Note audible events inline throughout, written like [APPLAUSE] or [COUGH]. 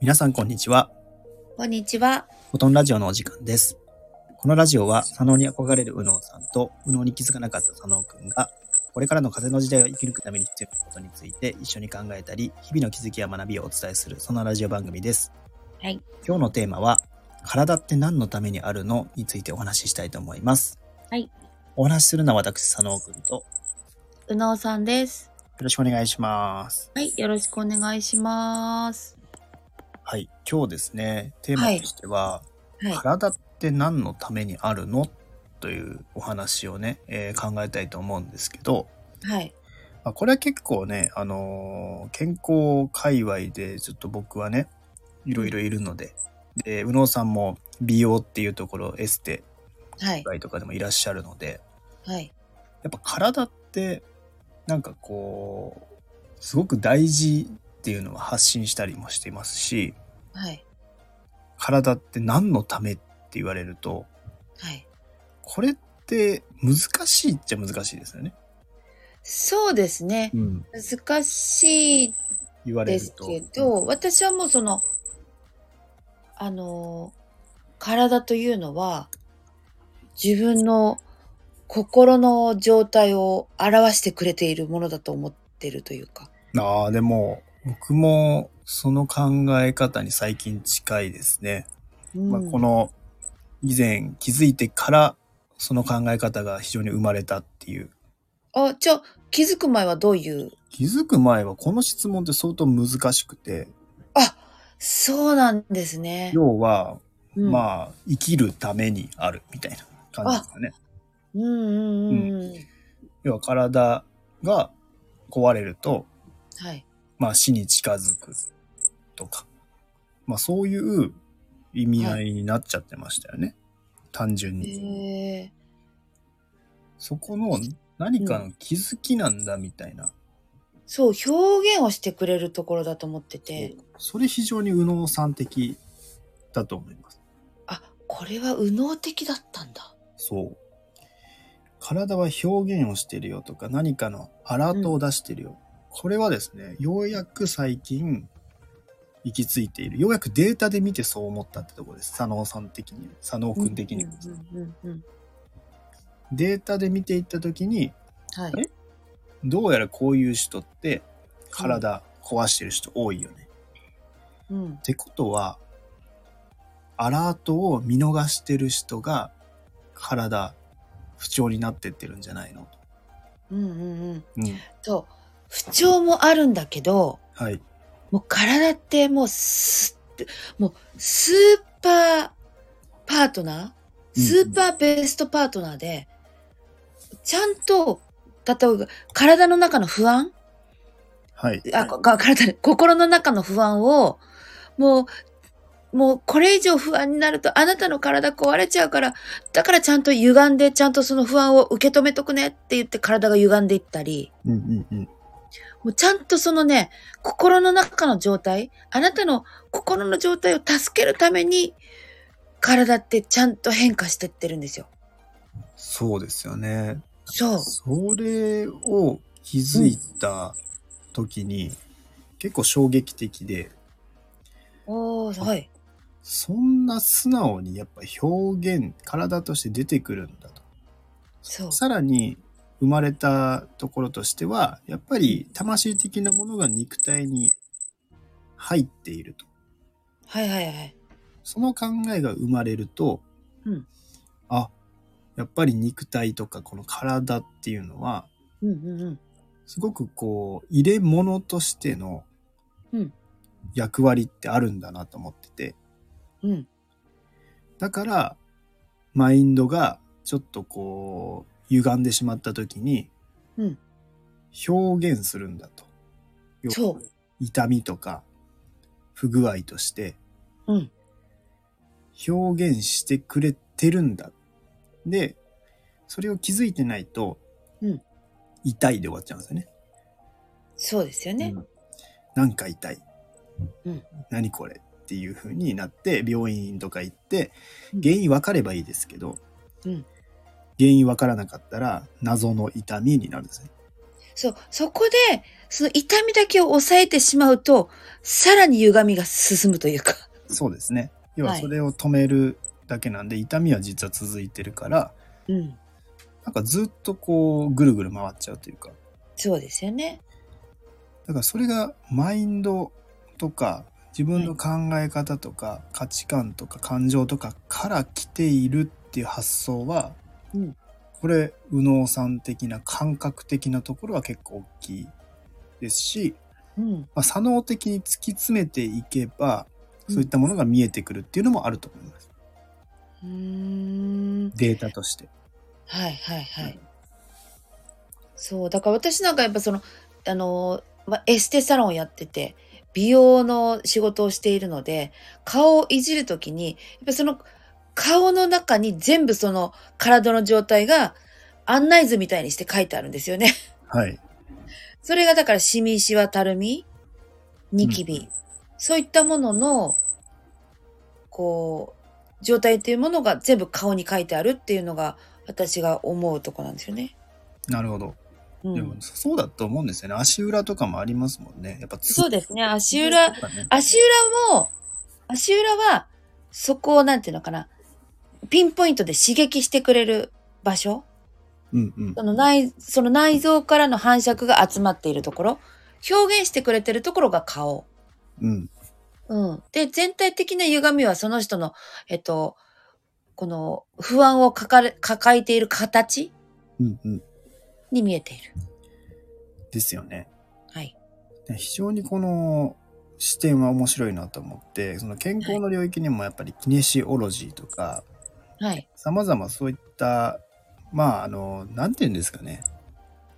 皆さんこんにちは。こんにちは。フォトンラジオのお時間です。このラジオは、佐野に憧れる右脳さんと、右脳に気づかなかった佐野くんが、これからの風の時代を生き抜くために必要なことについて一緒に考えたり、日々の気づきや学びをお伝えする、そんなラジオ番組です。はい。今日のテーマは、体って何のためにあるのについてお話ししたいと思います。はい。お話しするのは私、佐野くんと、ようなおさんです。ろしくお願いします。はい。よろしくお願いします。はい。今日ですね、テーマとしては、は体って何のためにあるのというお話をね、えー考えたいと思うんですけど、い。はい。まあ、これは結構ね、あのー健康界隈でちょっと僕はねいろいろいるのでで右脳さんも美容っていうところエステはい。界とかでもいらっしゃるのではい。やっぱ体ってなんかこうすごく大事っていうのは発信したりもしていますしはい。体って何のためって言われるとはい。これって難しいっちゃ難しいですよね。そうですね。うん、難しい言われでるすと。けど、私はもうその、あの、体というのは、自分の心の状態を表してくれているものだと思ってるというか。ああ、でも、僕もその考え方に最近近いですね。うんまあ、この、以前気づいてから、その考え方が非常に生まれたっていう。あ、じゃあ、気づく前はどういう気づく前はこの質問って相当難しくて、あ、そうなんですね。要は、うん、あ。まあ、生きるためにあるみたいな感じですかね。うんうんうん。うん、要は体が壊れると、はい。まあ死に近づくとか、まあそういう意味合いになっちゃってましたよね。単純に。へえそこの何かの気づきなんだみたいな。そう、表現をしてくれるところだと思ってて、それ非常に右脳さん的だと思います。あ、これは右脳的だったんだ。そう。体は表現をしてるよとか何かのアラートを出してるよ。これはですね、ようやく最近行き着いている。ようやくデータで見てそう思ったってところです。佐野さん的に、佐野くん的に。うんうんうんうん。データで見ていった時に、はいえ。どうやらこういう人って体壊してる人多いよね。うんっ。てことは、アラートを見逃してる人が体不調になってってるんじゃないのと。うんうんうん。うん。そう。不調もあるんだけど、はい。もう体ってもうす、もうスーパーパートナーうんスーパーベストパートナーで、ちゃんと、例えば体の中の不安はい。あ、こが体の心の中の不安を、もう、もうこれ以上不安になるとあなたの体壊れちゃうから、だからちゃんと歪んで、ちゃんとその不安を受け止めとくねって言って体が歪んでいったり、うんうんうん。もうちゃんとそのね、心の中の状態、あなたの心の状態を助けるために、体ってちゃんと変化してってるんですよ。そうですよね。そう。それを気づいた時に、結構衝撃的で、おー、はい。そんな素直にやっぱ表現、体として出てくるんだと。そう。さらに生まれたところとしては、やっぱり魂的なものが肉体に入っていると。はいはいはい。その考えが生まれると、うんあ、やっぱり肉体とかこの体っていうのは、うんうんうん。すごくこう、入れ物としてのうん役割ってあるんだなと思ってて、うん。だから、マインドがちょっとこう、歪んでしまった時に、うん表現するんだと。そう。痛みとか不具合としてうん。表現してくれてるんだ。で、それを気づいてないと、うん痛いで終わっちゃうんですよね。そうですよね。うんなんか痛い。うん何これっていう風になって、病院とか行って、うん原因分かればいいですけど、うん原因分からなかったら、謎の痛みになるんですね。そう、そこで、その痛みだけを抑えてしまうと、さらに歪みが進むというか。そうですね。要ははいそれを止めるだけなんで、痛みは実は続いてるから、うん。なんかずっとこうぐるぐる回っちゃうというか、そうですよね。だからそれがマインドとか自分の考え方とか価値観とか感情とかから来ているっていう発想は、うんこれ右脳さん的な感覚的なところは結構大きいですし、うん。まあ、左脳的に突き詰めていけばそういったものが見えてくるっていうのもあると思います、うーん。データとして。はいはいはい。そう、だから私なんかやっぱその、あの、まあ、エステサロンやってて、美容の仕事をしているので、顔をいじるときに、やっぱその顔の中に全部その体の状態が案内図みたいにして書いてあるんですよね。はい、それがだからシミ、シワ、たるみ、ニキビ、うんそういったものの、こう、状態っていうものが全部顔に書いてあるっていうのが私が思うとこなんですよね。なるほど。うでもん、そうだと思うんですよね。足裏とかもありますもんね。やっぱつそうですね。足裏、とかね足裏も、足裏は、そこをなんていうのかな、ピンポイントで刺激してくれる場所うんうんそ。の内、その内臓からの反射区が集まっているところ、表現してくれてるところが顔。うん。うん。で、全体的な歪みはその人の、えっと、この不安を抱え抱えている形うんうん。に見えている。ですよね。はい。で非常にこの視点は面白いなと思って、その健康の領域にもやっぱりキネシオロジーとか、はい。様々そういった、まあ、あの、なんて言うんですかね。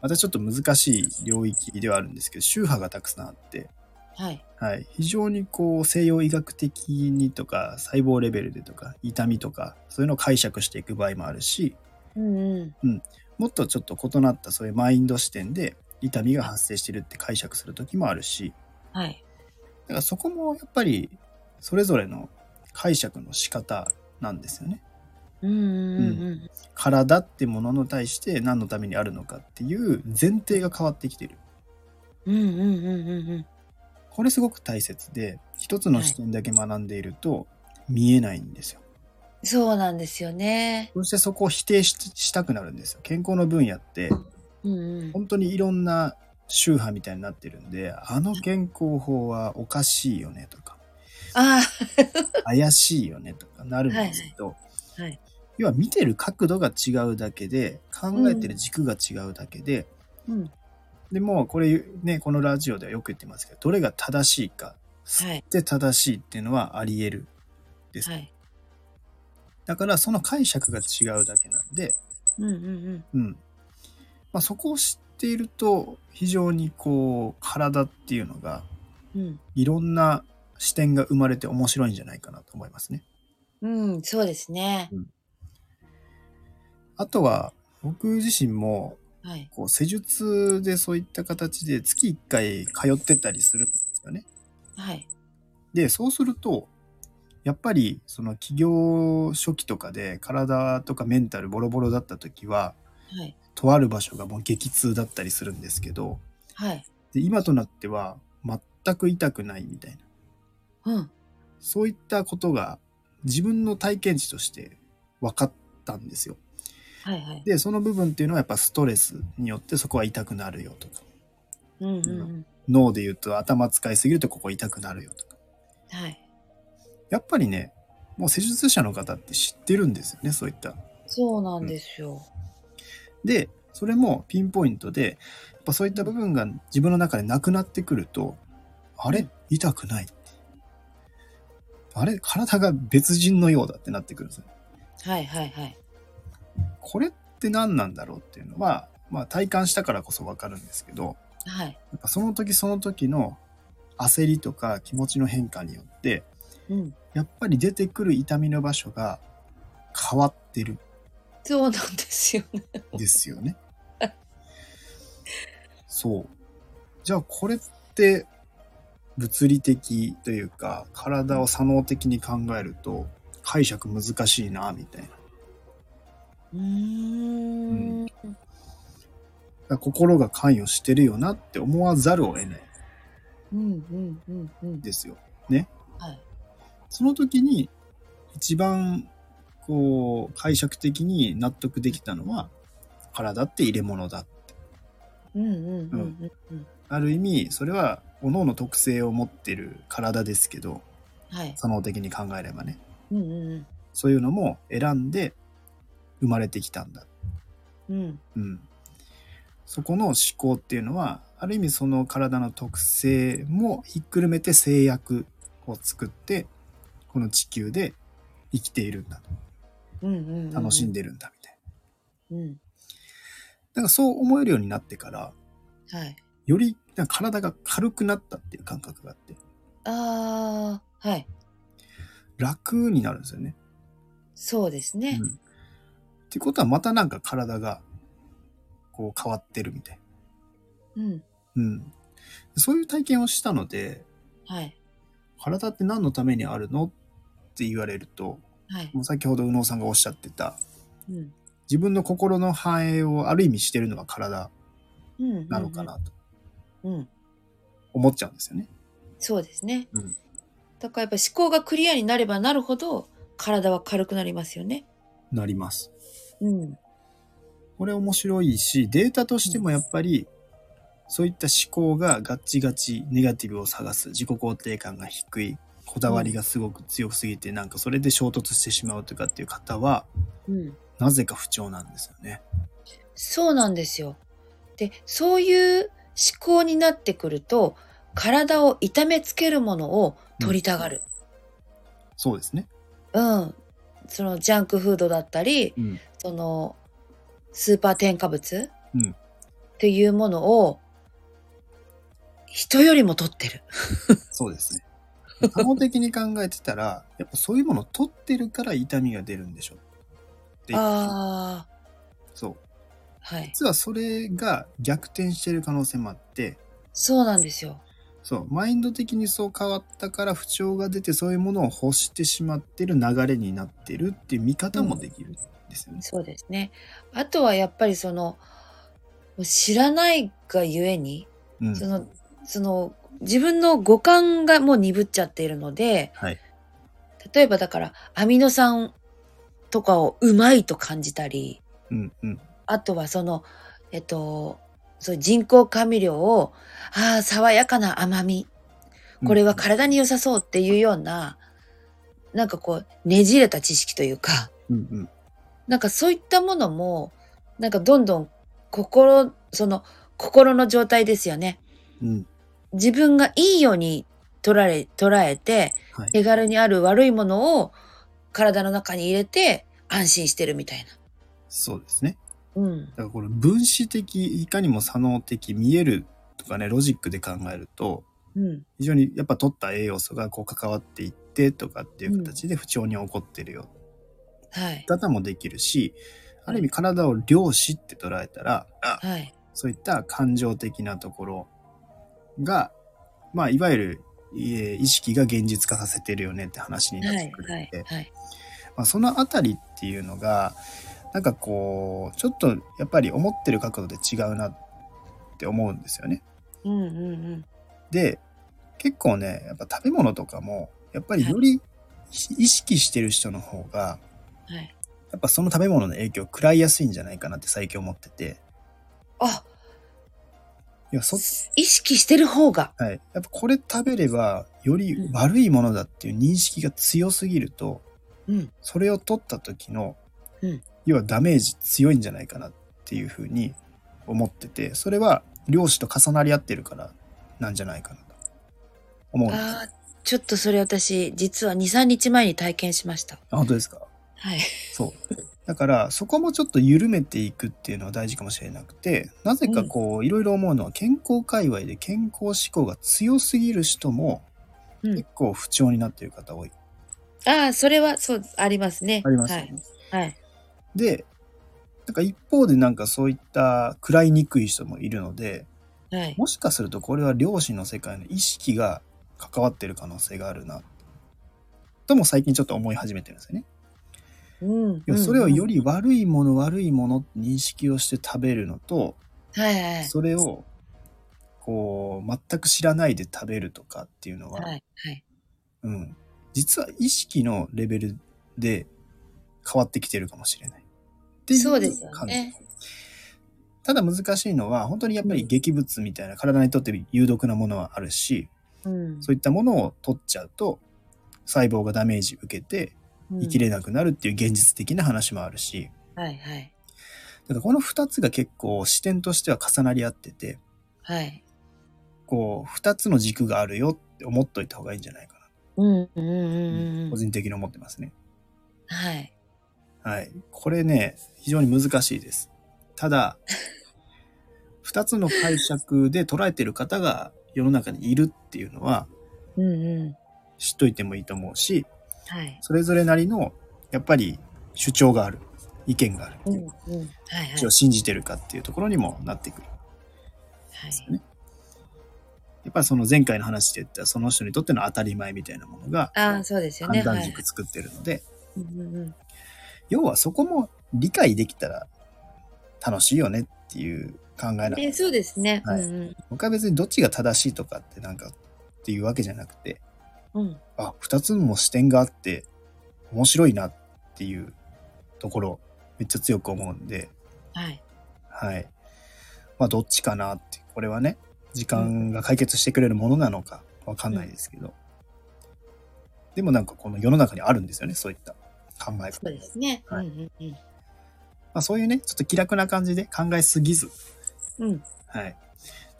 またちょっと難しい領域ではあるんですけど、宗派がたくさんあって、はい。はい。非常にこう、西洋医学的にとか、細胞レベルでとか、痛みとか、そういうのを解釈していく場合もあるし、うんうん。もっとちょっと異なったそういうマインド視点で、痛みが発生してるって解釈する時もあるし、はい。だからそこもやっぱりそれぞれの解釈の仕方なんですよね。うんうんうんうん。体ってものに対して何のためにあるのかっていう前提が変わってきてる。うんうんうんうんうん。これすごく大切で、一つの視点だけ学んでいると見えないんですよ。そうなんですよね。そしてそこを否定ししたくなるんですよ。健康の分野ってうんうん。本当にいろんな宗派みたいになってるんで、あの健康法はおかしいよねとか、あ怪しいよねとかなるんですけど、はいはい要は見てる角度が違うだけで考えてる軸が違うだけで、あ。うん。でもうこれねこのラジオではよく言ってますけどどれが正しいかはい。で正しいっていうのはあり得るはい。だからその解釈が違うだけなんで、うんうんうん。うんまあ、そこを知っていると非常にこう体っていうのがうん。いろんな視点が生まれて面白いんじゃないかなと思いますね。うん、そうですね。あとは僕自身もはい。こう施術でそういった形で月1回通ってたりするんですよね。はい。で、そうすると、やっぱりその起業初期とかで体とかメンタルボロボロだった時は、はい。とある場所がもう激痛だったりするんですけど、はい。で今となっては全く痛くないみたいな、うん。そういったことが自分の体験値として分かったんですよ。はいはい。で、その部分っていうのはやっぱストレスによってそこは痛くなるよとか、うんうんうん。脳で言うと頭使いすぎるとここ痛くなるよとか。はい。やっぱりね、もう施術者の方って知ってるんですよね、そういった。そうなんですよ。で、それもピンポイントで、やっぱそういった部分が自分の中でなくなってくると、あれ痛くない。あれ体が別人のようだってなってくるんですよ。はいはいはい。これって何なんだろうっていうのは、まあ体感したからこそわかるんですけど、はい。やっぱその時その時の焦りとか気持ちの変化によって、うん。やっぱり出てくる痛みの場所が変わってるそうなんですよね。んですよね。そう。じゃあこれって物理的というか体を作能的に考えると解釈難しいなみたいな。うーん。から心が関与してるよなって思わざるを得ないうんうんうんうんんですよ。はいその時に一番こう解釈的に納得できたのは体って入れ物だ。うんうんうんうんある意味それは各々特性を持ってる体ですけどはい作能的に考えればねうんうんそういうのも選んで生まれてきたんだ。うんうんうん、そこの思考っていうのはある意味その体の特性もひっくるめて制約を作ってこの地球で生きているんだうんうん楽しんでるんだみたいな。うんだからそう思えるようになってからはいよりなんか体が軽くなったっていう感覚があってああはい楽になるんですよね。そうですねうん、ってことはまたなんか体がこう変わってるみたい。うんうん、そういう体験をしたのではい体って何のためにあるのって言われるとはいもう先ほど右脳さんがおっしゃってたうん自分の心の反映をある意味してるのは体うんなのかなとうん思っちゃうんですよね。そうですねうんだからやっぱ思考がクリアになればなるほど体は軽くなりますよねなります。うんこれ面白いしデータとしてもやっぱりそういった思考がガッチガチネガティブを探す自己肯定感が低いこだわりがすごく強すぎてなんかそれで衝突してしまうとかっていう方はうんなぜか不調なんですよね。そうなんですよ。で、そういう思考になってくると、体を痛めつけるものを取りたがる。そうですね。うん。そのジャンクフードだったり、うん。そのスーパー添加物、うんっていうものを人よりも取ってる。そうですね。多方的に考えてたら、やっぱそういうものを取ってるから痛みが出るんでしょってああ、そう。はい。実はそれが逆転してる可能性もあって、そうなんですよ。そう、マインド的にそう変わったから不調が出てそういうものを欲してしまってる流れになってるっていう見方もできるんですよね。そうですね。あとはやっぱりその、もう知らないがゆえに、うん。その、その、自分の五感がもう鈍っちゃっているので、はい。例えばだから、アミノ酸とかをうまいと感じたり、うんうん。あとはその、えっと、そう人工甘味料を、ああ、爽やかな甘み、これは体に良さそうっていうような、なんかこう、ねじれた知識というか、うんうん。なんかそういったものも、なんかどんどん心、その、心の状態ですよね。うん。自分がいいように捉え、捉えて、はい。手軽にある悪いものを体の中に入れて安心してるみたいそうですね。な。うん。だからこれ分子的、いかにも作能的、見えるとかね、ロジックで考えると、うん。非常にやっぱ取った栄養素がこう関わっていってとかっていう形で不調に起こってるよ、はい。方もできるしある意味体を量子って捉えたら、はい。そういった感情的なところがまあいわゆるえー意識が現実化させてるよねって話になっはていく。るので、はい。はい。まあ、そのあたりっていうのがなんかこうちょっとやっぱり思ってる角度で違うなって思うんですよね。うんうんうん。で結構ねやっぱ食べ物とかもやっぱりより意識してる人の方がはい。やっぱその食べ物の影響を食らいやすいんじゃないかなって最近思っててあ、いやそ、意識してる方が。はい、やっぱこれ食べればより悪いものだっていう認識が強すぎるとうん。それを取った時の、うん要はダメージ強いんじゃないかなっていうふうに思っててそれは漁師と重なり合ってるからなんじゃないかなと思うんですああ、ちょっとそれ私、実は2、3日前に体験しました。あ本当ですかはい。そう。だから、そこもちょっと緩めていくっていうのは大事かもしれなくて、なぜかこう、いろいろ思うのは、健康界隈で健康志向が強すぎる人も、うん結構不調になっている方多い。ああ、それは、そう、ありますね。ありますよはね。い。はい。で、なんか一方でなんかそういった食らいにくい人もいるので、はい。もしかするとこれは両親の世界の意識が関わってる可能性があるな、とも最近ちょっと思い始めてるんですよね。うん。要はそれをより、り悪いもの悪いものって認識をして食べるのとはいはい。それを、こう、全く知らないで食べるとかっていうのは、はいはい。うん。実は意識のレベルで変わってきてるかもしれない。っていそうですよ感じね。ただ難しいのは、本当にやっぱり劇物みたいな体にとって有毒なものはあるし、うん。そういったものを取っちゃうと、細胞がダメージ受けて生きれなくなるっていう現実的な話もあるし、うんはいはい。だからこの2つが結構視点としては重なり合ってて、はい。こう、2つの軸があるよって思っといた方がいいんじゃないかうんうんうんな。うん個うん。人的に思ってますね。はい。はい。これね、非常に難しいです。た [LAUGHS] だ、2つの解釈で捉えてる方が世の中にいるっていうのはうんうん。知っといてもいいと思うし、はい。それぞれなりの、やっぱり主張がある、意見がある。うんうん。はいはい一応。信じてるかっていうところにもなってくる。はい。やっぱりその前回の話で言ったその人にとっての当たり前みたいなものがああ、そうですよね。判は断い軸。作ってるので、うんうんうん要はそこも理解できたら楽しいよねっていう考えなのえーそうですね。うはいん僕は別にどっちが正しいとかってなんかっていうわけじゃなくて、うん。うん。あ、二つも視点があって面白いなっていうところめっちゃ強く思うんで、はい。はい。まあどっちかなって、これはね、時間が解決してくれるものなのかわかんないですけど、でもなんかこの世の中にあるんですよね、そういった考えそう方。まですね。うんはいうんあそういうね、ちょっと気楽な感じで考えすぎず、うん。うん。はい。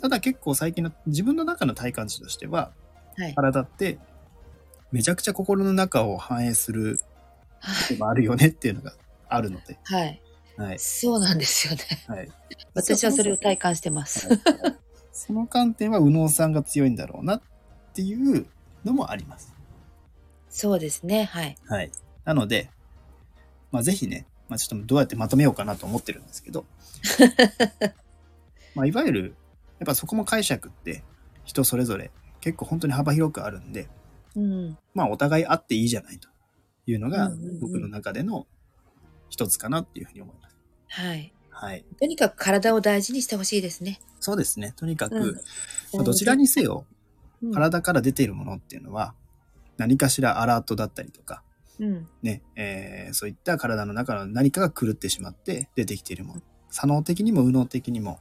ただ結構最近の自分の中の体感値としては、はい。体ってめちゃくちゃ心の中を反映するはのい。があるよねっていうのが [LAUGHS] あるので、はい。はい。そうなんですよね。はい、私はそれを体感してます。はいその観点は右脳さんが強いんだろうなっていうのもあります。そうですね。はい。はい。なので、まあ、ぜひね、まあ、ちょっとどうやってまとめようかなと思ってるんですけ [LAUGHS] ど、まあ、いわゆる、やっぱそこも解釈って人それぞれ結構本当に幅広くあるんで、うん。まあ、お互いあっていいじゃないというのがうんうんうん僕の中での一つかなっていうふうに思います。はい。はい。とにかく体を大事にしてほしいですね。そうですね。とにかく、うんまあどちらにせよ、うん、体から出ているものっていうのは何かしらアラートだったりとか、うん。ねえーそういった体の中の何かが狂ってしまって出てきているもの左脳的にも右脳的にも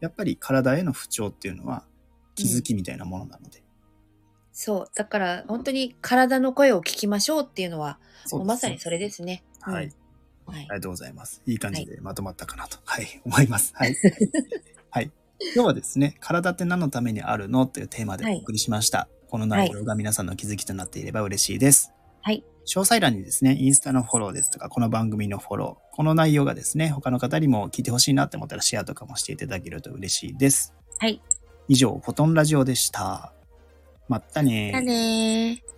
やっぱり体への不調っていうのは気づきみたいなものなので,そう。だから、本当に体の声を聞きましょうっていうのは、そうですね、もうまさにそれですね。うんはい、はいあり。がとうございますいい感じでまとまったかなと、はい思います [LAUGHS] はい、はい、今日はですね「体って何のためにあるの?」というテーマでお送りしました、この内容が皆さんの気づきとなっていれば嬉しいですはい。詳細欄にですね、インスタのフォローですとか、この番組のフォロー、この内容がですね、他の方にも聞いてほしいなって思ったらシェアとかもしていただけると嬉しいです。はい。以上、フォトンラジオでした。まったねーじゃあねー。